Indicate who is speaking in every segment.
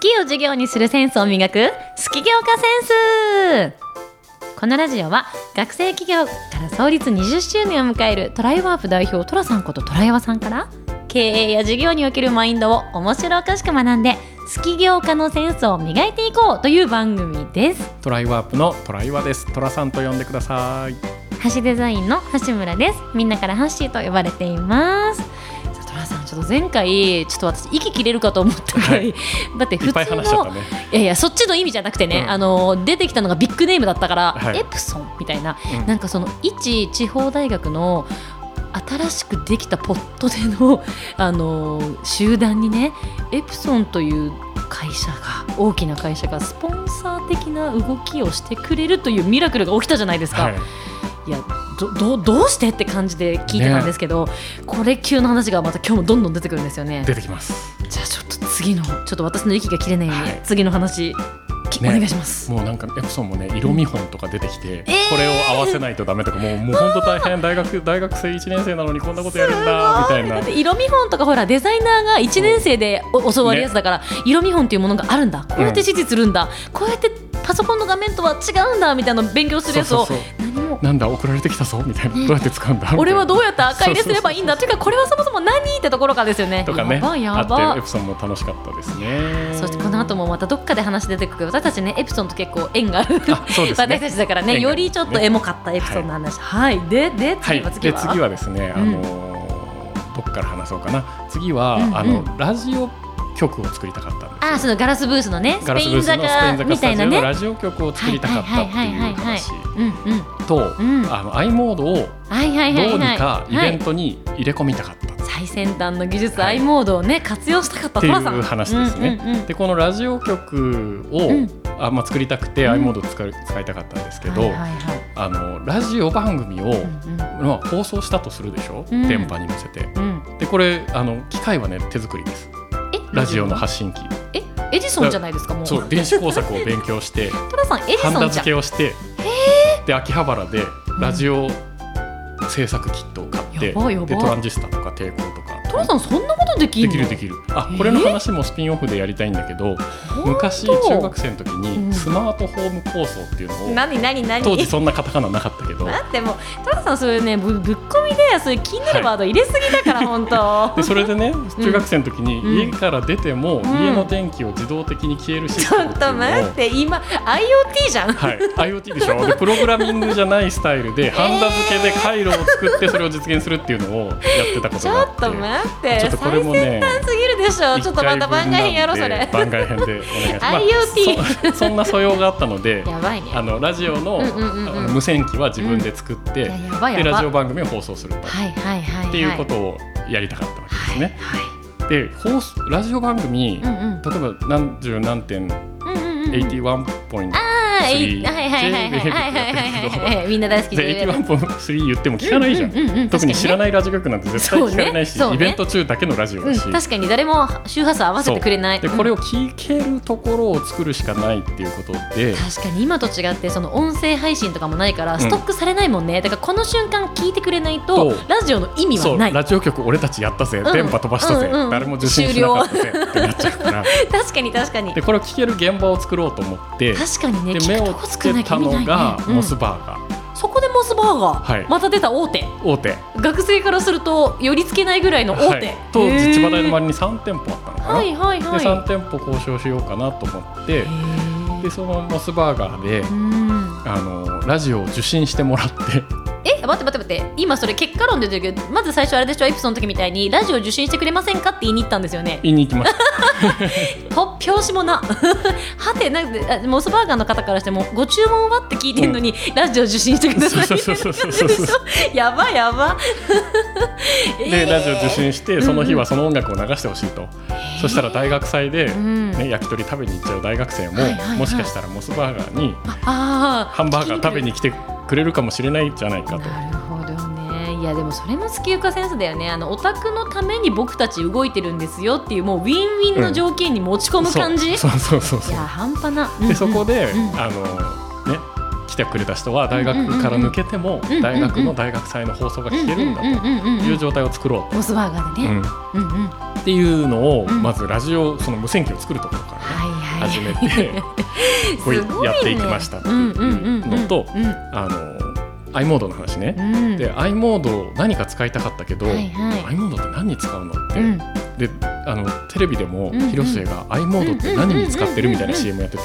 Speaker 1: きを授業にするセンスを磨くスキ業家センスこのラジオは学生企業から創立20周年を迎えるトライワープ代表トラさんことトライワさんから経営や事業におけるマインドを面白おかしく学んでスキ業家のセンスを磨いていこうという番組です
Speaker 2: トライワープのトライワです。トラさんと呼んでください。
Speaker 1: 橋デザインの橋村ですみんなからハッシーと呼ばれていますさあトラさんちょっと前回ちょっと私息切れるかと思ったぐらい、だって
Speaker 2: い
Speaker 1: 普
Speaker 2: っぱい
Speaker 1: 通
Speaker 2: 話しちゃっ
Speaker 1: の
Speaker 2: たね。
Speaker 1: いやいやそっちの意味じゃなくてね、
Speaker 2: うん
Speaker 1: あの出てきたのがビッグネームだったから、
Speaker 2: はい
Speaker 1: エプソンみたいな、
Speaker 2: うん
Speaker 1: なんかその一地方大学の新しくできたポットでの、 あの集団にねエプソンという会社が大きな会社がスポンサー的な動きをしてくれるというミラクルが起きたじゃないですか、
Speaker 2: はいい、
Speaker 1: やどどうどうしてって感じで聞いてたんですけど、これ級の話がまた今日もどんどん出てくるんですよね
Speaker 2: 出てきます。
Speaker 1: じゃあちょっと次のちょっと私の息が切れないように、
Speaker 2: はい
Speaker 1: 次の話、き
Speaker 2: ね
Speaker 1: お願いします。
Speaker 2: もうなんかエプソンもね色見本とか出てき
Speaker 1: ー
Speaker 2: て、これを合わせないとダメとかもうもう本当大変大学大学生一年生なのにこんなことやるんだみたい
Speaker 1: だ
Speaker 2: な
Speaker 1: っ。て色見本とかほらデザイナーが1年生でお教わるやつだから、色見本っていうものがあるんだこうやって指示するんだ、こうやってパソコンの画面とは違うんだみたいなのを勉強するやつを
Speaker 2: そうそう
Speaker 1: 何も
Speaker 2: そうなんだ送られてきたぞみたいなどうやって使うんだみたいな。
Speaker 1: 俺はどうやって赤入れすればいいんだっていうかこれはそもそも何ってところからですよね。
Speaker 2: とかね
Speaker 1: やばいや
Speaker 2: あっ
Speaker 1: ば
Speaker 2: てエプソンも楽しかったですね。
Speaker 1: そしてこの後もまたどっかで話出てくるけど私たちねエプソンと結構縁がある
Speaker 2: あそうですね
Speaker 1: 私たちだからね
Speaker 2: 縁が
Speaker 1: よ
Speaker 2: ある
Speaker 1: りちょっとエモかったエプソンの話はい、でで
Speaker 2: は
Speaker 1: 次
Speaker 2: い
Speaker 1: は、次
Speaker 2: で
Speaker 1: は、
Speaker 2: 次はですね、
Speaker 1: うん
Speaker 2: あのーどっから話そうかな次は、
Speaker 1: うんうん
Speaker 2: あのラジオ曲を作りたかったんですよ
Speaker 1: あそのガラスブースのねス
Speaker 2: ガ
Speaker 1: ペ
Speaker 2: ラス
Speaker 1: イ
Speaker 2: ブー
Speaker 1: ン
Speaker 2: スのスペイン
Speaker 1: 坂
Speaker 2: 坂
Speaker 1: み
Speaker 2: ス
Speaker 1: た
Speaker 2: タ
Speaker 1: い
Speaker 2: ジ
Speaker 1: な
Speaker 2: オ
Speaker 1: ね
Speaker 2: のラジオ曲を作りたかったっていう話
Speaker 1: うんうん
Speaker 2: と、
Speaker 1: うん
Speaker 2: あの i モードを
Speaker 1: はいはいはいはい
Speaker 2: どうにかイベン
Speaker 1: はい
Speaker 2: トに入れ込みたかったっ
Speaker 1: 最先端の技術
Speaker 2: はい
Speaker 1: i モードをね活用したかった
Speaker 2: てい
Speaker 1: 寅さん
Speaker 2: う話ですね。
Speaker 1: うんうんうん
Speaker 2: でこのラジオ局を、
Speaker 1: うん
Speaker 2: あまあ、作りたくて
Speaker 1: うん
Speaker 2: i モードを使い使いたかったんですけど、
Speaker 1: はいはいはい
Speaker 2: あのラジオ番組を、
Speaker 1: うん
Speaker 2: まあ、放送したとするでしょ、
Speaker 1: うん
Speaker 2: 電波に乗せて
Speaker 1: うんうん
Speaker 2: でこれあの機械はね手作りです
Speaker 1: え
Speaker 2: ラジオの発信機
Speaker 1: えエジソンじゃないですかもう
Speaker 2: そう電子工作を勉強して
Speaker 1: 寅さんエジ
Speaker 2: ハン
Speaker 1: ソ
Speaker 2: ダ
Speaker 1: ンじ
Speaker 2: 付
Speaker 1: ゃん
Speaker 2: けをしてで秋葉原でラジオ制作キットを買って、
Speaker 1: やばいやばい
Speaker 2: でトランジスタとか抵抗とか
Speaker 1: 寅さんそんなことでき
Speaker 2: で
Speaker 1: るの
Speaker 2: きるできるあこれの話もスピンオフでやりたいんだけど、昔
Speaker 1: ほんと
Speaker 2: 中学生の時
Speaker 1: うん
Speaker 2: にスマートホーム構想っていうのを、
Speaker 1: 何何何
Speaker 2: 当時そんなカタカナなかったけど
Speaker 1: だってもうトラさんそういうねぶぶっ込みでそういう気になるワード入れすぎだから、本当
Speaker 2: でそれでね中学生の時に
Speaker 1: うん
Speaker 2: 家から出ても
Speaker 1: ん
Speaker 2: 家の電気を自動的に消えるシス
Speaker 1: ちょ
Speaker 2: テムっ
Speaker 1: って
Speaker 2: いう
Speaker 1: と
Speaker 2: のを、
Speaker 1: 待って今 IoT じゃん、
Speaker 2: はい、IoT でしょで プログラミングじゃないスタイルでハンダ付けで回路を作ってそれを実現するっていうのをやってたこ
Speaker 1: ち
Speaker 2: とが
Speaker 1: ょ
Speaker 2: あ
Speaker 1: っと
Speaker 2: って。
Speaker 1: 待って
Speaker 2: ちょっとこれもね
Speaker 1: 最先端すぎるでしょちょっとまた番外編やろうそれ
Speaker 2: 一回分なんで番外編でお願い します。まあ
Speaker 1: IoT
Speaker 2: そそんな素養があったので、
Speaker 1: やばいね
Speaker 2: あのラジオの,、
Speaker 1: うんうんうんうん
Speaker 2: あの無線機は自分で作って、
Speaker 1: いややばいや
Speaker 2: で
Speaker 1: ば
Speaker 2: ラ
Speaker 1: い
Speaker 2: ジオ番組を放送すると、
Speaker 1: はいはいはい、はい、
Speaker 2: っていうことをやりたかったわけですね。
Speaker 1: はい
Speaker 2: で放送ラジオ番組、
Speaker 1: はいうん
Speaker 2: 例えば何十何点
Speaker 1: うんうんうんうん
Speaker 2: 81ポイント。
Speaker 1: あー
Speaker 2: 3
Speaker 1: はいはいはいはいはいはいはいはいはいみんな大好き
Speaker 2: で
Speaker 1: で
Speaker 2: 81ポイント3言っても聞かないじゃん。
Speaker 1: うんうんうんうん
Speaker 2: 特に知らないラジオ局なんて絶対聞かれないし、
Speaker 1: そうねそう
Speaker 2: イ
Speaker 1: ね
Speaker 2: ベント中だけのラジオ
Speaker 1: う
Speaker 2: だ
Speaker 1: ん
Speaker 2: し、
Speaker 1: 確かに誰も周波数合わせてくれない
Speaker 2: でこれ
Speaker 1: を
Speaker 2: を聞けるところを作るしかないっていうことで、
Speaker 1: 確かに今と違ってその音声配信とかもないから
Speaker 2: ん
Speaker 1: ストックされないもんね、だからこの瞬間聞いてくれないと
Speaker 2: そう
Speaker 1: ラジオの意味
Speaker 2: そ
Speaker 1: は
Speaker 2: う
Speaker 1: ない
Speaker 2: ラジオ局俺たちやったぜ、
Speaker 1: うん
Speaker 2: 電波飛ばしたぜ、
Speaker 1: うんうん
Speaker 2: 誰も受信しなかったぜってなっちゃうから
Speaker 1: 確かに確かに
Speaker 2: でこれを聞ける現場を作ろうと思って
Speaker 1: 確かにね
Speaker 2: で
Speaker 1: 聞
Speaker 2: 目
Speaker 1: くと
Speaker 2: を
Speaker 1: こ
Speaker 2: つ
Speaker 1: 少な
Speaker 2: け
Speaker 1: いか
Speaker 2: た
Speaker 1: ら見な
Speaker 2: の
Speaker 1: いね
Speaker 2: が、
Speaker 1: うん
Speaker 2: モスバー
Speaker 1: そこでモスバーガー、
Speaker 2: はい
Speaker 1: また出た大手
Speaker 2: ガー大手、
Speaker 1: 学生からすると寄りつけないぐらいの
Speaker 2: は
Speaker 1: 大手、
Speaker 2: い、当
Speaker 1: へ
Speaker 2: 時
Speaker 1: ー
Speaker 2: 千葉大の周りに3店舗あったのかな、
Speaker 1: はいはいはい
Speaker 2: で3店舗交渉しようかなと思って
Speaker 1: へー
Speaker 2: でそのモスバーガーで
Speaker 1: うん
Speaker 2: あのラジオを受信してもらって
Speaker 1: え待って待って待って今それ結果論で出てるけどまず最初あれでしょエピソードの時みたいにラジオ受信してくれませんかって言いに行ったんですよね
Speaker 2: 言いに行きました
Speaker 1: と拍子もな はてなんであモスバーガーの方からしてもご注文はって聞いてるのに、ラジオ受信してください
Speaker 2: そう
Speaker 1: みた
Speaker 2: そ
Speaker 1: いうな
Speaker 2: そ
Speaker 1: 感
Speaker 2: うそう
Speaker 1: じ
Speaker 2: そう
Speaker 1: でしょ やばやば
Speaker 2: でラジオ受信してその日
Speaker 1: うんう
Speaker 2: は
Speaker 1: ん
Speaker 2: その音楽を流してほしいと、そしたら大学祭で、
Speaker 1: ん
Speaker 2: ね、焼き鳥食べに行っちゃう大学生も、
Speaker 1: はいはいはい
Speaker 2: もしかしたらモスバーガーに
Speaker 1: あー
Speaker 2: ハンバーガー食べに来てくれるかもしれないじゃないかと。
Speaker 1: なるほどねいやでもそれもスキューカセンスだよねあのオタクのために僕たち動いてるんですよっていうもうウィンウィンの条件に持ち込む感じ、い
Speaker 2: そうそうそうそう
Speaker 1: や半端な、うんう
Speaker 2: で
Speaker 1: ん
Speaker 2: そこで、
Speaker 1: うん
Speaker 2: あのね来てくれた人は大学から抜けても、
Speaker 1: うんうん
Speaker 2: 大学の大学祭の放送が聞けるんだと
Speaker 1: うんうんうんうんうん
Speaker 2: いう状態を作ろう
Speaker 1: モスバーガーで
Speaker 2: と、
Speaker 1: ね、
Speaker 2: うん
Speaker 1: うんうん
Speaker 2: っていうのを
Speaker 1: うん
Speaker 2: まずラジオその無線機を作るところからね
Speaker 1: はいはい
Speaker 2: 始めて こう
Speaker 1: すごいね
Speaker 2: やっていきましたっていうのと
Speaker 1: うんうん
Speaker 2: あの i モードの話ね。
Speaker 1: うんうん
Speaker 2: で i モード何か使いたかったけど、
Speaker 1: はいはい
Speaker 2: i モードって何に使うのって、
Speaker 1: うん
Speaker 2: であのテレビでも
Speaker 1: うんうん
Speaker 2: 広末が i モードって何に使ってるみたいな
Speaker 1: うんうん
Speaker 2: CM やってて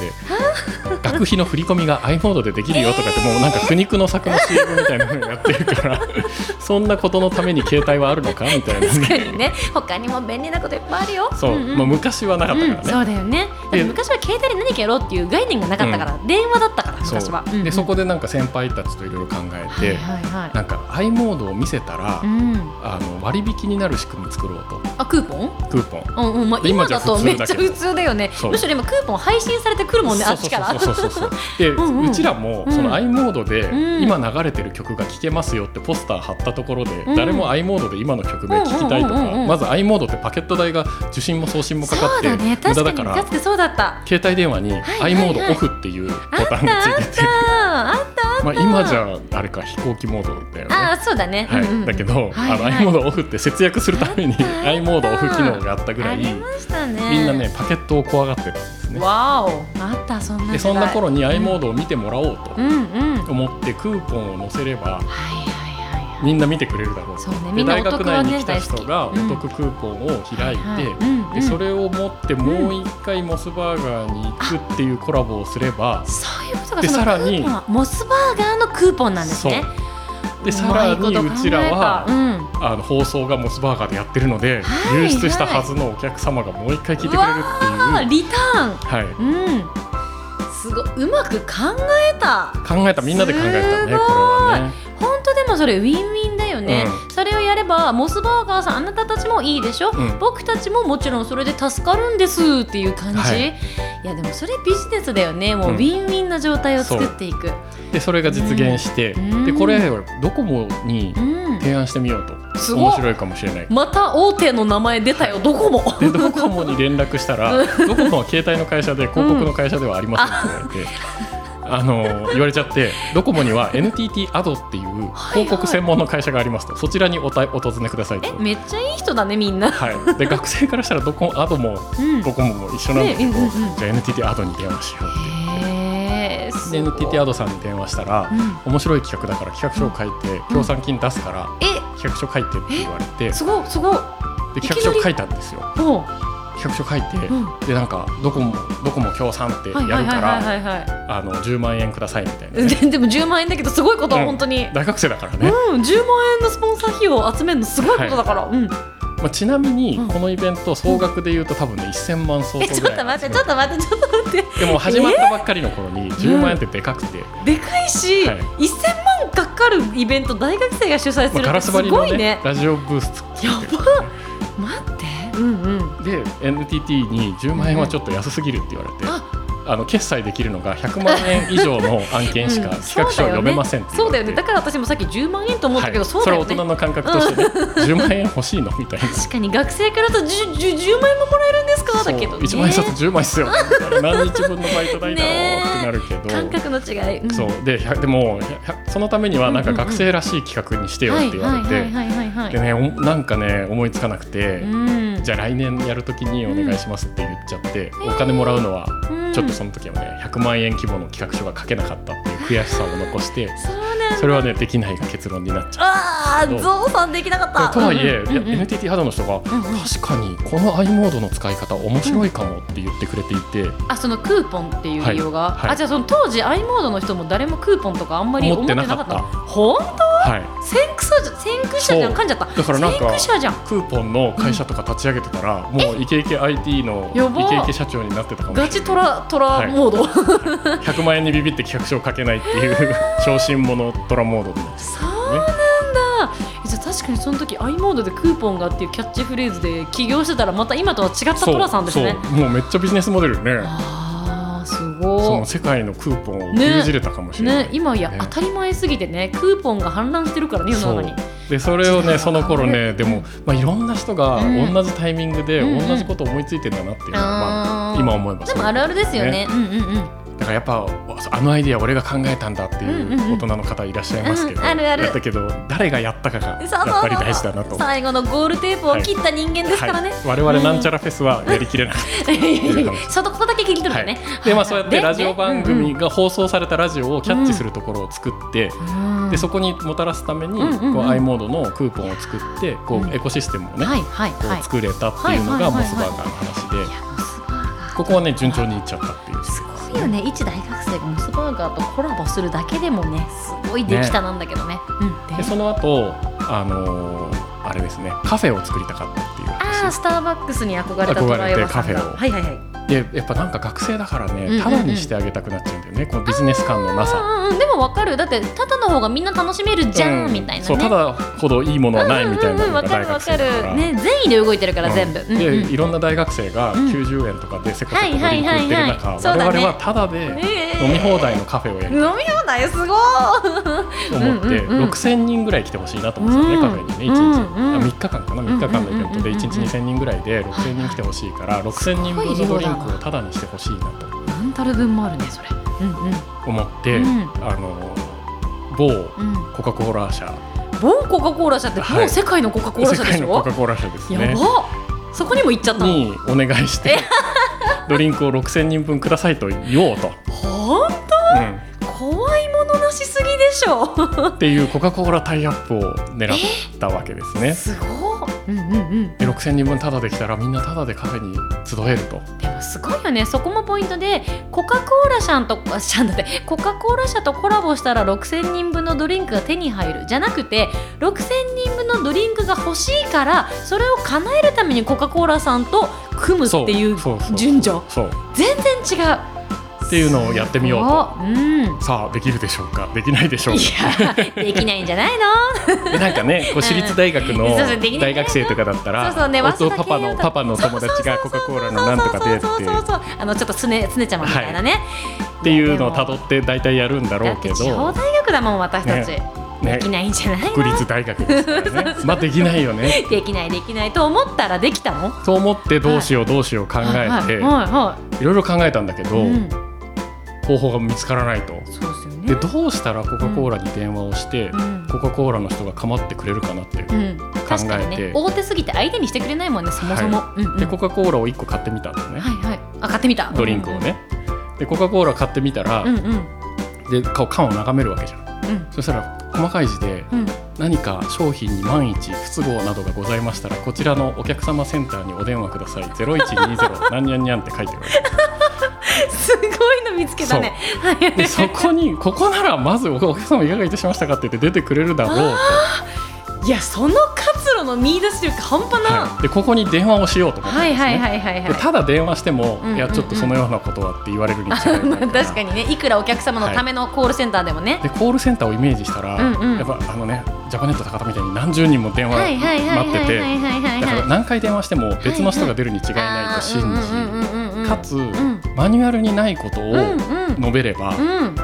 Speaker 2: 学費の振り込みが i モードでできるよとかってもうなんか苦肉の策の CM みたいなのやってるから そんなことのために携帯はあるのかみたいな
Speaker 1: 確か
Speaker 2: ね
Speaker 1: にね他にも便利なこといっぱいあるよ
Speaker 2: そう、
Speaker 1: んん
Speaker 2: まあ、昔はなかった
Speaker 1: うん、
Speaker 2: か
Speaker 1: そ
Speaker 2: ら
Speaker 1: う
Speaker 2: ね。
Speaker 1: だよねだって昔は携帯で何かやろうっていう概念がなかったから、電話だったから
Speaker 2: そう
Speaker 1: 昔は、うんうん
Speaker 2: でそこでなんか先輩たちといろいろ考え
Speaker 1: はい
Speaker 2: て
Speaker 1: はいは
Speaker 2: なんか i モードを見せたら
Speaker 1: い、うん、
Speaker 2: あの割引になる仕組み作ろうと
Speaker 1: あクーポン
Speaker 2: クーポン。
Speaker 1: うんうんまあ、今
Speaker 2: 今じゃ
Speaker 1: だと
Speaker 2: 普
Speaker 1: めっ
Speaker 2: 通
Speaker 1: ち
Speaker 2: だ
Speaker 1: ゃ
Speaker 2: け
Speaker 1: 普
Speaker 2: ど
Speaker 1: 通だよね
Speaker 2: そう
Speaker 1: むしろ今クーポン配信されてくるもんねあっちから
Speaker 2: そうそうそうそうで、う
Speaker 1: うんうん
Speaker 2: ちらも
Speaker 1: うん
Speaker 2: その i モードで
Speaker 1: うん
Speaker 2: 今流れてる曲が聴けますよってポスター貼ったところで、
Speaker 1: ん
Speaker 2: 誰も i モードで今の曲名聴きたいと
Speaker 1: うんうんうんう
Speaker 2: か
Speaker 1: ん
Speaker 2: まず i モードってパケット代が受信も送信もかか
Speaker 1: そ
Speaker 2: っ
Speaker 1: う
Speaker 2: て
Speaker 1: だ
Speaker 2: 無
Speaker 1: ね
Speaker 2: 駄
Speaker 1: 確か
Speaker 2: だ
Speaker 1: に
Speaker 2: か
Speaker 1: からつてそうだった
Speaker 2: 携帯電話に
Speaker 1: はい
Speaker 2: i
Speaker 1: はい
Speaker 2: モードオフっていうボ
Speaker 1: あった
Speaker 2: タンがついてて。
Speaker 1: あったあっ
Speaker 2: まあ、今じゃあれか飛行機モードだよね
Speaker 1: たああそうだね、
Speaker 2: はい
Speaker 1: うんうん
Speaker 2: だけど、
Speaker 1: はいはい
Speaker 2: あの i モードオフって節約するために
Speaker 1: あったあった
Speaker 2: i モードオフ機能があったぐら
Speaker 1: あ
Speaker 2: い
Speaker 1: りましたね
Speaker 2: みんなねパケットを怖がってたんですね
Speaker 1: わおあったそんな時代
Speaker 2: でそんな頃に i モードを見てもらおうと
Speaker 1: うんうんはい
Speaker 2: 思ってクーポンを載せれ
Speaker 1: は
Speaker 2: ば
Speaker 1: いはいはい
Speaker 2: みんな見てくれるだろう
Speaker 1: そうね
Speaker 2: で
Speaker 1: みんなお
Speaker 2: 大
Speaker 1: 得
Speaker 2: 学
Speaker 1: は
Speaker 2: 内
Speaker 1: ね
Speaker 2: に来た人
Speaker 1: 大
Speaker 2: がお
Speaker 1: 好きうん
Speaker 2: 得クーポンを開いて、
Speaker 1: はいはいうんうん
Speaker 2: でそれを持ってもう一回モスバーガーに行くっていうコラボをすれば、
Speaker 1: そういうことが
Speaker 2: で
Speaker 1: その
Speaker 2: さら
Speaker 1: クー
Speaker 2: に
Speaker 1: ポンはモスバーガーのクーポンなんです
Speaker 2: そう
Speaker 1: ね
Speaker 2: でさら
Speaker 1: まい
Speaker 2: に
Speaker 1: こと考えた
Speaker 2: うちらは、
Speaker 1: うん
Speaker 2: あの放送がモスバーガーでやってるので、
Speaker 1: はい
Speaker 2: 流出したはずのお客様がもう一回聞いてくれるっていう
Speaker 1: あリターン
Speaker 2: はい、
Speaker 1: うんすごいうまく考えた
Speaker 2: 考えたみんなで考えたね
Speaker 1: すごい
Speaker 2: これはね。
Speaker 1: 本当でもそれウィンウィンだよね、それをやればモスバーガーさんあなたたちもいいでしょ、
Speaker 2: うん
Speaker 1: 僕たちももちろんそれで助かるんですっていう感じ、
Speaker 2: はい
Speaker 1: い、やでもそれビジネスだよねもう
Speaker 2: う
Speaker 1: ウ
Speaker 2: ん
Speaker 1: ィンウィンな状態を作っていく
Speaker 2: でそれが実現して、
Speaker 1: うん
Speaker 2: でこれドコモに
Speaker 1: うん
Speaker 2: 提案してみようと、
Speaker 1: すごい
Speaker 2: 面白いかもしれない。
Speaker 1: また大手の名前出たよどこも
Speaker 2: でドコモに連絡したらドコモは携帯の会社で広告の会社ではありませんって言われて。あの言われちゃってドコモには NTT アドっていう広告専門の会社がありますと、そちらにおたお尋ねくださいと
Speaker 1: え、めっちゃいい人だねみんな、
Speaker 2: はい、で学生からしたらドコモアドも
Speaker 1: うん、
Speaker 2: ドコモも一緒なんだけ
Speaker 1: ねうん
Speaker 2: ど、
Speaker 1: うんうん
Speaker 2: じゃあ NTT アドに電話しようって
Speaker 1: へえす
Speaker 2: で
Speaker 1: ごい
Speaker 2: NTT アドさんに電話したら、
Speaker 1: うん
Speaker 2: 面白い企画だから企画書を書いて協賛金出すから
Speaker 1: え
Speaker 2: 企画書書いてって言われて
Speaker 1: すごいすごいい
Speaker 2: で
Speaker 1: きなり
Speaker 2: 企画書書いたんですよ
Speaker 1: おう、
Speaker 2: 企画書書いて、
Speaker 1: うん、
Speaker 2: でなんかドコモドコモ協賛ってや
Speaker 1: はい
Speaker 2: る
Speaker 1: はい
Speaker 2: か
Speaker 1: はい
Speaker 2: ら
Speaker 1: はいはいは
Speaker 2: あの10万円くださいみたいな、
Speaker 1: いででも10万円だけどすごいこと、
Speaker 2: うん
Speaker 1: 本当に
Speaker 2: 大学生だからね、
Speaker 1: うん、10万円のスポンサー費用を集めるのすごいことだから、うん、
Speaker 2: まあ、ちなみに
Speaker 1: うん
Speaker 2: このイベント総額でいうと多分ね1000万相
Speaker 1: え
Speaker 2: 当
Speaker 1: ち
Speaker 2: ぐ
Speaker 1: ょっ
Speaker 2: ら
Speaker 1: と
Speaker 2: い
Speaker 1: 待ってちょっと待ってちょっと待って
Speaker 2: でも始まったばっかりの頃に10万円ってでかくて、
Speaker 1: でかいし、
Speaker 2: はい
Speaker 1: 1000万かかるイベント大学生が主催す
Speaker 2: まあ、
Speaker 1: る
Speaker 2: ガ
Speaker 1: の
Speaker 2: ラ
Speaker 1: す
Speaker 2: ス張りの、
Speaker 1: ご
Speaker 2: ね
Speaker 1: いね
Speaker 2: ラジオブース
Speaker 1: や
Speaker 2: 作ってる
Speaker 1: 待ってうんうん
Speaker 2: で NTT に10万円はちょっと安すぎるって言われて、
Speaker 1: あ
Speaker 2: あの決済できるのが100万円以上の案件しか企画書を読めませんって言
Speaker 1: そう
Speaker 2: わ
Speaker 1: だ
Speaker 2: れ
Speaker 1: よ
Speaker 2: て、
Speaker 1: ねだから私もさっき10万円と思ったけど、
Speaker 2: はい
Speaker 1: そう
Speaker 2: そ
Speaker 1: だ
Speaker 2: れ
Speaker 1: よ
Speaker 2: は
Speaker 1: ね
Speaker 2: 大人の感覚としてね、10万円 欲しいのみたいな。
Speaker 1: 確かに学生からだと 10, 10, 10万円ももらえるんですかだけどね
Speaker 2: 1万円札10枚っすよ何日分のバイト代だろうってなるけど、
Speaker 1: 感覚の違い、ん
Speaker 2: そうで100でも100そのためにはなんか学生らしい企画にしてよって言われ
Speaker 1: はい
Speaker 2: て
Speaker 1: はいはいはいはい
Speaker 2: でねおなんかね思いつかなくて、
Speaker 1: うん
Speaker 2: じゃあ来年やるときにお願いしますって言っちゃって、お金もらうのは
Speaker 1: うん
Speaker 2: ちょっとその時はね100万円規模の企画書が書けなかったっていう悔しさを残して
Speaker 1: そうなんだ
Speaker 2: それはねできないが結論になっちゃう。
Speaker 1: ああ、ゾウさんできなかった。
Speaker 2: とはいえ、
Speaker 1: うん
Speaker 2: いや
Speaker 1: うんうん
Speaker 2: NTT ハードの人が、
Speaker 1: んうん
Speaker 2: 確かにこの i モードの使い方面白いかもって言ってくれていて、
Speaker 1: あ、そのクーポンっていう利用が、
Speaker 2: はいはい
Speaker 1: あ、じゃあその当時 i モードの人も誰もクーポンとかあんまり思ってなかった。
Speaker 2: 思ってなか
Speaker 1: ほんと、
Speaker 2: はい、
Speaker 1: 先駆者じゃ先駆者じゃん、
Speaker 2: そ
Speaker 1: 噛んじゃった。
Speaker 2: だからなんか
Speaker 1: 先駆者じゃん。
Speaker 2: クーポンの会社とか立ち上げてたら、もうイケイケ IT の
Speaker 1: やば
Speaker 2: イケイケ社長になってたかもしれな
Speaker 1: ガ
Speaker 2: い
Speaker 1: チトラト
Speaker 2: は
Speaker 1: ラ
Speaker 2: い
Speaker 1: モード。そ
Speaker 2: 100万円にビビって企画書を書けないっていう 小心者トラモードになっち
Speaker 1: うなんだ。えじゃあ確かにその時 i モードでクーポンがっていうキャッチフレーズで起業してたらまた今とは違った
Speaker 2: ゃう
Speaker 1: トラさんですね
Speaker 2: そう。そうもうめっちゃビジネスモデルね
Speaker 1: ああ、す
Speaker 2: そ
Speaker 1: ごい
Speaker 2: の。世界のクーポンを牛耳れたかもしれない、
Speaker 1: ね、今や
Speaker 2: ね
Speaker 1: 当たり前すぎてね、クーポンが氾濫してるからね世の中に。
Speaker 2: でそれをねその頃ねで
Speaker 1: うん
Speaker 2: も、まあ、いろんな人が
Speaker 1: うん
Speaker 2: 同じタイミングで
Speaker 1: うんうん
Speaker 2: 同じことを思いついてんだなっていうのは、まあ、
Speaker 1: ー
Speaker 2: 今思えば
Speaker 1: で
Speaker 2: そう
Speaker 1: もあるあるですよね。
Speaker 2: ね
Speaker 1: うんうんうん。
Speaker 2: だからやっぱあのアイディア俺が考えたんだってい
Speaker 1: んうんうん
Speaker 2: う大人の方いらっしゃいますけど、
Speaker 1: うんあるある
Speaker 2: だけど誰がやったかがや
Speaker 1: そう
Speaker 2: っ
Speaker 1: そうそう
Speaker 2: ぱり大事だなと思う
Speaker 1: 最後のゴールテープを切った人間ですからね、
Speaker 2: はい、我々なんちゃらフェスはやり きれなかっ
Speaker 1: ちょっとここだけ切り取るとね、
Speaker 2: た、でまあそうやってラジオ番組
Speaker 1: で,
Speaker 2: が放送されたラジオをキャッチするところを作って、
Speaker 1: うんうん、
Speaker 2: でそこにもたらすために、
Speaker 1: うんうんうん
Speaker 2: こう i モードのクーポンを作ってこ
Speaker 1: うん
Speaker 2: うエコシステムをね、
Speaker 1: はいはいはい
Speaker 2: こう作れたっていうのが
Speaker 1: はいはいはいはい
Speaker 2: モスバーガーの話で、
Speaker 1: いやモスバーガー
Speaker 2: ここはね順調にいっちゃったっていう。
Speaker 1: すごいよね一大学生がモスバーガーとコラボするだけでもねすごいできたなんだけどねうん、
Speaker 2: で
Speaker 1: で
Speaker 2: その後あのーあれですねカフェを作りたかったっていう
Speaker 1: ああ
Speaker 2: 話
Speaker 1: スターバックスに憧れたトライバーさん
Speaker 2: 憧れて
Speaker 1: が
Speaker 2: カフェを
Speaker 1: はいはいはい
Speaker 2: でやっぱなんか学生だから
Speaker 1: うんうんう
Speaker 2: ね
Speaker 1: ん
Speaker 2: ただにしてあげたくなっちゃうんだよね、このビジネス感のなさ。
Speaker 1: うんうんでもわかるだってタダの方がみんな楽しめるじゃん、
Speaker 2: うん
Speaker 1: みたいなね
Speaker 2: そうただほどいいものはないみたいな
Speaker 1: うんうんうんわ
Speaker 2: のが
Speaker 1: か
Speaker 2: 大
Speaker 1: るわか
Speaker 2: 学生だから、
Speaker 1: るね善意で動いてるから全部、
Speaker 2: うん
Speaker 1: うん
Speaker 2: で、
Speaker 1: うん
Speaker 2: いろんな大学生が
Speaker 1: うん
Speaker 2: 90円とかでせこせこドリンク
Speaker 1: はいはい
Speaker 2: 売って
Speaker 1: はいは
Speaker 2: る
Speaker 1: い
Speaker 2: 中、
Speaker 1: そうだね
Speaker 2: 我々はただで
Speaker 1: え
Speaker 2: 飲み放題のカフェをやり
Speaker 1: 飲み放題すごー
Speaker 2: たいと思って、
Speaker 1: うんうんうん
Speaker 2: 6000人ぐらい来てほしいなと思ってたね、
Speaker 1: うん
Speaker 2: カフェにね1日、
Speaker 1: うんうん
Speaker 2: あ3日間かな3日間のイ
Speaker 1: うん
Speaker 2: ベントで
Speaker 1: うんうんうん
Speaker 2: 1日2000人ぐらいで6000人来てほしいから6000人分のドリンクをただにしてほしいなと
Speaker 1: 何たる分もあるねそれうんうん
Speaker 2: 思って、
Speaker 1: うん
Speaker 2: あの某
Speaker 1: うん
Speaker 2: コカ・コーラ社
Speaker 1: ボンコカ・コーラ社っても
Speaker 2: は
Speaker 1: う
Speaker 2: い
Speaker 1: 世界のコカ・コーラ
Speaker 2: 世
Speaker 1: 社で
Speaker 2: 界
Speaker 1: し
Speaker 2: の
Speaker 1: ょ、
Speaker 2: コカ・コーラ社です
Speaker 1: や
Speaker 2: ね
Speaker 1: ばっそこにも行っちゃったの
Speaker 2: にお願いしてドリンクを6000人分くださいと言おうと。
Speaker 1: ほん
Speaker 2: うん
Speaker 1: 怖いものなしすぎでしょ
Speaker 2: っていうコカ・コーラタイアップを狙ったわけですね。
Speaker 1: すごっうんうんうん
Speaker 2: で6000人分タダできたらみんなタダでカフェに集えると
Speaker 1: でもすごいよねそこもポイントでコカ・コーラ社とあ社だってコカ・コーラ社とコラボしたら6000人分のドリンクが手に入るじゃなくて6000人分のドリンクが欲しいからそれを叶えるためにコカ・コーラさんと組むっていう
Speaker 2: そうそうそう
Speaker 1: 順序
Speaker 2: そう
Speaker 1: 全然違う
Speaker 2: っていうのをやってみようと
Speaker 1: とうんい
Speaker 2: さあできるでしょうかできないでしょう
Speaker 1: やできないんじゃないの
Speaker 2: かでなんかねこう私立大学の
Speaker 1: そうそうできない
Speaker 2: 大学生とかだったら
Speaker 1: そうそうね忘
Speaker 2: 夫
Speaker 1: れ
Speaker 2: パ
Speaker 1: てよ
Speaker 2: パのパパの友達がコカ・コーラのなんとかでって
Speaker 1: そうそうそうそうあのちょっとすねすねちゃまみたいなね、
Speaker 2: っていうのをたどって大体やるんだろ
Speaker 1: だ
Speaker 2: う
Speaker 1: って
Speaker 2: け
Speaker 1: 地方
Speaker 2: ど
Speaker 1: 大学だもん私たち、で
Speaker 2: ね
Speaker 1: きないんじゃないの
Speaker 2: 国立大学です からねまあできないよね
Speaker 1: できないできないと思ったらできたの
Speaker 2: と思ってどうしようどうしよう考
Speaker 1: はい
Speaker 2: え
Speaker 1: は
Speaker 2: て
Speaker 1: いはい
Speaker 2: ろいろ考えたんだけ
Speaker 1: い、
Speaker 2: ど
Speaker 1: うん、
Speaker 2: 方法が見つからないと。
Speaker 1: そうですよね
Speaker 2: でどうしたらコカ・コーラに電話をして、
Speaker 1: うん
Speaker 2: コカ・コーラの人が構ってくれるかなっていう、
Speaker 1: うん、確かに
Speaker 2: 考え
Speaker 1: ね
Speaker 2: て
Speaker 1: 大手すぎて相手にしてくれないもんねそもそも、うんうん
Speaker 2: でコカ・コーラを1個買ってみたのね、
Speaker 1: はいはいあ買ってみた
Speaker 2: ドリンクをね、でコカ・コーラ買ってみたら、
Speaker 1: うんうんうん
Speaker 2: で缶缶を眺めるわけじゃん
Speaker 1: うん
Speaker 2: そしたら細かい字で
Speaker 1: うん
Speaker 2: 何か商品に万一不都合などがございましたらこちらのお客様センターにお電話ください0120何にゃんにゃんって書いてるわけ
Speaker 1: すごいの見つけたねはい
Speaker 2: でそこ にここならまずお客様いかがいたしましたかって言って出てくれるだろうと、
Speaker 1: いやその活路の見出し力半端な、
Speaker 2: はいでここに電話をしようと思ったん
Speaker 1: は
Speaker 2: です
Speaker 1: い、
Speaker 2: ね、
Speaker 1: はいはいはいはい
Speaker 2: でただ電話しても、
Speaker 1: うん
Speaker 2: いやちょっとそのようなことはって言われるに違いないから、
Speaker 1: まあ 確かにねいくらお客様のためのコールセンターでもね、
Speaker 2: でコールセンターをイメージしたら、
Speaker 1: うんうん
Speaker 2: やっぱあのねジャパネット高田みたいに何十人も電話
Speaker 1: はいはいはい
Speaker 2: 待
Speaker 1: は
Speaker 2: っ
Speaker 1: い
Speaker 2: てて
Speaker 1: はいはいはい
Speaker 2: だから
Speaker 1: はい
Speaker 2: 何回電話しても別の人が出るに違いないと信じ
Speaker 1: じ
Speaker 2: かつ、
Speaker 1: ん
Speaker 2: マニュアルにないこと
Speaker 1: うんうん
Speaker 2: を述べれば、
Speaker 1: うんうん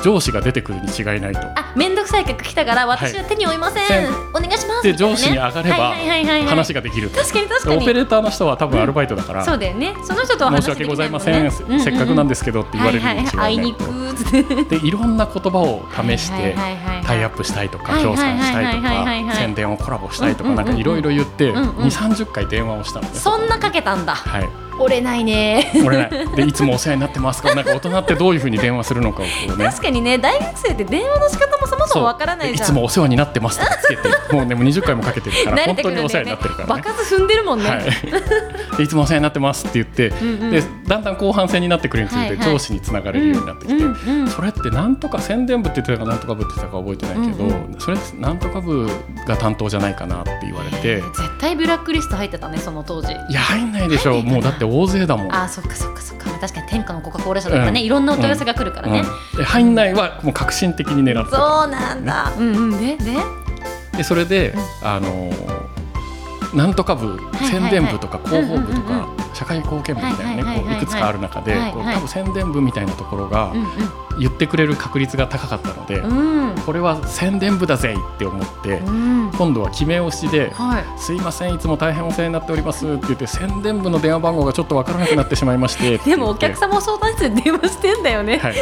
Speaker 2: 上司が出てくるに違いないと。
Speaker 1: あ面倒くさい客来たから私は手に負いません、
Speaker 2: せん
Speaker 1: お願いします
Speaker 2: で上司に上がれば
Speaker 1: はいはいはいはい
Speaker 2: 話ができると
Speaker 1: 確かに確か
Speaker 2: で
Speaker 1: に
Speaker 2: オペレーターの人は多分アルバイトだから、
Speaker 1: そうだよねその人とは
Speaker 2: 申
Speaker 1: 話
Speaker 2: し
Speaker 1: で
Speaker 2: 訳
Speaker 1: き
Speaker 2: ござ
Speaker 1: ないいも
Speaker 2: ま
Speaker 1: ん
Speaker 2: せん、
Speaker 1: ね
Speaker 2: せっかくなん
Speaker 1: で
Speaker 2: ですけどって言
Speaker 1: は
Speaker 2: わ
Speaker 1: い
Speaker 2: れる
Speaker 1: はい
Speaker 2: に
Speaker 1: はい
Speaker 2: 違いないと、
Speaker 1: あいにくーっつって
Speaker 2: でいろんな言葉を試して、
Speaker 1: はいはいはいはい
Speaker 2: タイアップしたいと
Speaker 1: はい
Speaker 2: か
Speaker 1: はい
Speaker 2: 協賛したいと
Speaker 1: はいはいはいは
Speaker 2: か
Speaker 1: い
Speaker 2: 宣伝をコラボしたいと
Speaker 1: うん
Speaker 2: か
Speaker 1: うんう
Speaker 2: なんんかいろいろ言って
Speaker 1: うんうん
Speaker 2: 2三3 0回電話をしたのね。
Speaker 1: そんなかけたんだ
Speaker 2: はい、
Speaker 1: 折れないね
Speaker 2: 折れないでいつもお世話になってますから なんか大人ってどういうふうに電話するのかをこうね
Speaker 1: 確かにね大学生って電話の仕方もそもそもわからな
Speaker 2: で
Speaker 1: い
Speaker 2: い
Speaker 1: じゃん
Speaker 2: つもお世話になってますってつけてもうねもう20回もかけてるか ら
Speaker 1: 慣れ
Speaker 2: 本
Speaker 1: てく
Speaker 2: 当
Speaker 1: る
Speaker 2: に
Speaker 1: ん
Speaker 2: お世
Speaker 1: だよね
Speaker 2: 話になってるから
Speaker 1: 場
Speaker 2: ね。
Speaker 1: 数踏んでるもんね、
Speaker 2: はい、でいつもお世話になってますって言って、
Speaker 1: うんうん
Speaker 2: でだんだん後半戦になってくるにつ
Speaker 1: はいは
Speaker 2: れ
Speaker 1: い
Speaker 2: て上司につながれるようになってきて、
Speaker 1: うんうんうん
Speaker 2: それってなんとか宣伝部って言ってたかなんとか部って言ってたか覚えてないけど、
Speaker 1: うん
Speaker 2: それなんとか部が担当じゃないかなって言われて、
Speaker 1: 絶対ブラックリスト入ってたねその当時
Speaker 2: いや入んないでしょうもうだって大勢だもん。
Speaker 1: あーそっかそっかそっか確かに天下のコカ・コーラ社だからね、
Speaker 2: うん
Speaker 1: いろんなお問い合わせが来るからね、
Speaker 2: うんで入んないはもう革新的に狙って
Speaker 1: そう
Speaker 2: た
Speaker 1: なんだ、うんうんでで
Speaker 2: でそれで、
Speaker 1: うん
Speaker 2: あのーなんとか部
Speaker 1: いはい
Speaker 2: 宣伝部とか広報部と
Speaker 1: うんうん
Speaker 2: か社会貢献部みたいな
Speaker 1: はいはいはいは
Speaker 2: ね
Speaker 1: い
Speaker 2: こういくつかある中で
Speaker 1: はい
Speaker 2: こう
Speaker 1: はい
Speaker 2: 多分宣伝部みたいなところが言ってくれる確率が高かったので
Speaker 1: うん
Speaker 2: これは宣伝部だぜいって思って
Speaker 1: うん
Speaker 2: 今度は決め押しで
Speaker 1: はい
Speaker 2: すいません、いつも大変お世話になっておりますって言って、宣伝部の電話番号がちょっとわからなくなってしまいまして、
Speaker 1: でもお客様相談室に電話してんだよね、
Speaker 2: はい、い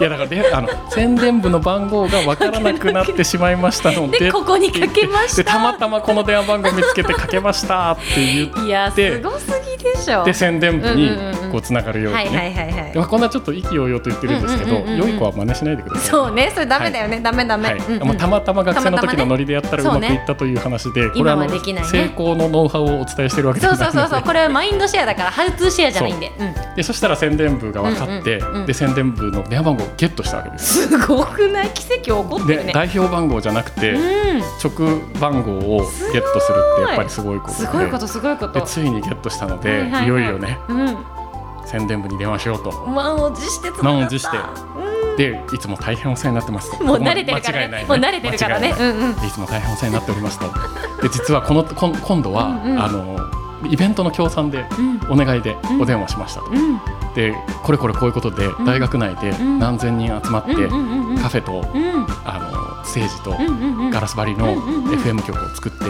Speaker 2: やだからであの宣伝部の番号がわからなくなってしまいましたので
Speaker 1: でここにかけまし
Speaker 2: でた
Speaker 1: た
Speaker 2: またまこの電話番号見つけてかけましたって言っ
Speaker 1: いやす
Speaker 2: で
Speaker 1: ごすぎでしょ
Speaker 2: て宣伝部に
Speaker 1: うんうんうんうん
Speaker 2: こうつながるように
Speaker 1: はい
Speaker 2: ね、
Speaker 1: はいはいはい
Speaker 2: でまあ、こんなちょっと意気揚々と言ってるんですけど、
Speaker 1: うんうんうんうん
Speaker 2: 良い子は真似しないでください。
Speaker 1: そうねそれダメだよね、ダメダメ、
Speaker 2: はい
Speaker 1: うんうん
Speaker 2: まあ、たまたま学生の
Speaker 1: たまたま
Speaker 2: 時の
Speaker 1: ね
Speaker 2: ノリでやったらうまくいったという話で、これはあ
Speaker 1: 今は
Speaker 2: の
Speaker 1: できないね
Speaker 2: 成功のノウハウをお伝えしてるわけで
Speaker 1: そ
Speaker 2: は
Speaker 1: う
Speaker 2: な
Speaker 1: そ
Speaker 2: いうの
Speaker 1: そう
Speaker 2: で
Speaker 1: そうこれはマインドシェアだからハウツーシェアじゃないんで、うん、
Speaker 2: でそしたら宣伝部が分かって、
Speaker 1: うんうんうん
Speaker 2: で宣伝部の電話番号をゲットしたわけです。
Speaker 1: すごくない奇跡起こってる
Speaker 2: で
Speaker 1: ね
Speaker 2: 代表番号じゃなくて、
Speaker 1: うん
Speaker 2: 直番号をゲットするってやっぱりすごいことです
Speaker 1: ごいことすごいこと
Speaker 2: でついにゲットしたので、
Speaker 1: はいいはい
Speaker 2: よいよね
Speaker 1: うん
Speaker 2: 宣伝部に電話しようと。
Speaker 1: 満を持してつながった
Speaker 2: 満を持して
Speaker 1: う
Speaker 2: でいつも大変お世話になってます と
Speaker 1: んもう慣れてるか
Speaker 2: 間違
Speaker 1: ら
Speaker 2: いない
Speaker 1: ねもう慣れてるからね
Speaker 2: 間違い
Speaker 1: うんうん
Speaker 2: ないでいつも大変お世話になっておりますとで実はこのこん今度は、
Speaker 1: うんうん
Speaker 2: あのイベントの協賛で
Speaker 1: うん
Speaker 2: お願いで
Speaker 1: うん
Speaker 2: お電話しましたと、
Speaker 1: うん
Speaker 2: でこれこれこういうことで、
Speaker 1: ん
Speaker 2: 大学内で
Speaker 1: ん
Speaker 2: 何千人集まって、
Speaker 1: うんうんうんうん
Speaker 2: カフェと
Speaker 1: うん
Speaker 2: あのステージと
Speaker 1: うんうんうん
Speaker 2: ガラス張り
Speaker 1: う
Speaker 2: の
Speaker 1: んうんうん
Speaker 2: FM 曲を作って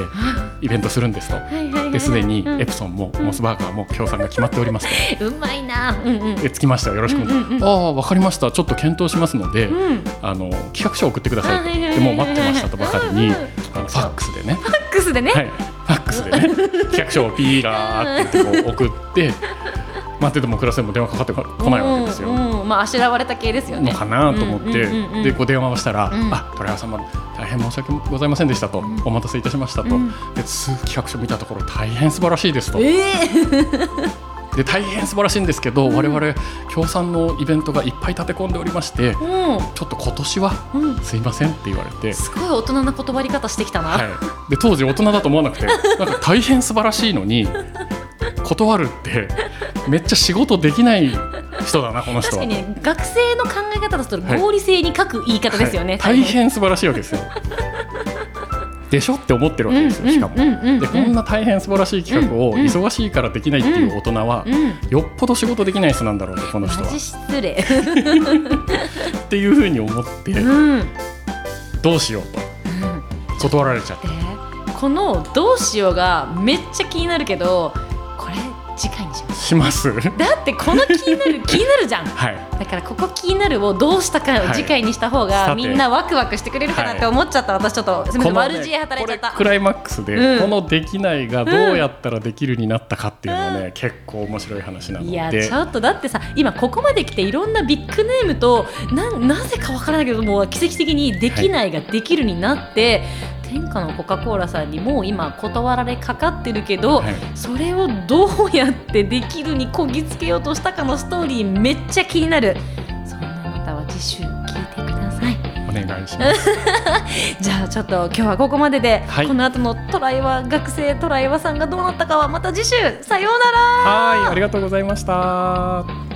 Speaker 2: イベントするんですと。
Speaker 1: はいはいはいはい
Speaker 2: ですでに
Speaker 1: うん
Speaker 2: エプソンもモスバーガーも協賛が決まっておりますと。
Speaker 1: うまいなうんうん
Speaker 2: えつきましたよろしくお願いします
Speaker 1: うんうんうん
Speaker 2: ああわかりましたちょっと検討しますので、
Speaker 1: うんフ
Speaker 2: あの企画書を送ってくださいと
Speaker 1: あはいはいはいはい
Speaker 2: でもう待ってましたとばかりに、
Speaker 1: うんうん
Speaker 2: あのファックスでね
Speaker 1: ァックスでね、
Speaker 2: はいファックスでね企画書をピーラーってこう送って待っててもクラスでも電話かかってこ来ないわけですよ。
Speaker 1: うんうんまああしらわれた系ですよね
Speaker 2: のかなと思って、
Speaker 1: うんうんうんうん
Speaker 2: でこう電話をしたら「
Speaker 1: うん
Speaker 2: あ鳥羽様大変申し訳ございませんでした」と「
Speaker 1: ん
Speaker 2: お待たせいたしましたと」
Speaker 1: うん
Speaker 2: です企画書見たところ大変素晴らしいですと。
Speaker 1: ええ
Speaker 2: で大変素晴らしいんですけど、我々協賛のイベントがいっぱい立て込んでおりまして、ちょっと今年は
Speaker 1: うんうん
Speaker 2: すいませんって言われて、
Speaker 1: すごい大人な断り方してきたな、
Speaker 2: はい、で当時大人だと思わ なくてなんか大変素晴らしいのに断るってめっちゃ仕事できない人だなこの人
Speaker 1: 確か
Speaker 2: は。
Speaker 1: に学生の考え方だと合理性に書く言い方ですよね、
Speaker 2: はい大変素晴らしいわけで すよ。でしょって思ってるわけですよしかも。
Speaker 1: うんうんうんうん
Speaker 2: でこんな大変素晴らしい企画
Speaker 1: う
Speaker 2: を
Speaker 1: んうん
Speaker 2: 忙しいからできないっていう大人は
Speaker 1: うん
Speaker 2: よっぽど仕事できない人なんだろうねこの人
Speaker 1: マ
Speaker 2: は。
Speaker 1: ジ失礼、
Speaker 2: っていうふうに思って
Speaker 1: うんうん
Speaker 2: どうしようと断られちゃって
Speaker 1: でこの「どうしよう」がめっちゃ気になるけどこれ次回にします
Speaker 2: します。 は
Speaker 1: だってこの気になる気になるじゃ ん
Speaker 2: い
Speaker 1: だからここ気になるをどうしたか
Speaker 2: は
Speaker 1: を
Speaker 2: い
Speaker 1: 次回にした方
Speaker 2: さ
Speaker 1: が
Speaker 2: て
Speaker 1: みんなワクワクしてくれるかなって
Speaker 2: はい
Speaker 1: 思っちゃった私ちょっとすみません
Speaker 2: このね
Speaker 1: 悪知恵働いちゃっ
Speaker 2: こ
Speaker 1: た
Speaker 2: れクライマックスで、
Speaker 1: うん
Speaker 2: この「できない」がどうやったらできるになったかっていうのはね、結構面白い話なので
Speaker 1: いやちょっとだってさ今ここまで来ていろんなビッグネームとななぜかわからないけどもう奇跡的に「できない」ができるになって、天下のコカ・コーラさんにもう今断られかかってるけど、
Speaker 2: はい
Speaker 1: それをどうやってできるにこぎつけようとしたかのストーリーめっちゃ気になるそんなあなたは次週聞いてください
Speaker 2: お願い します。
Speaker 1: じゃあちょっと今日はここまでで、
Speaker 2: はい
Speaker 1: この後のトライは学生トライワさんがどうなったかはまた次週さようなら
Speaker 2: はいありがとうございました。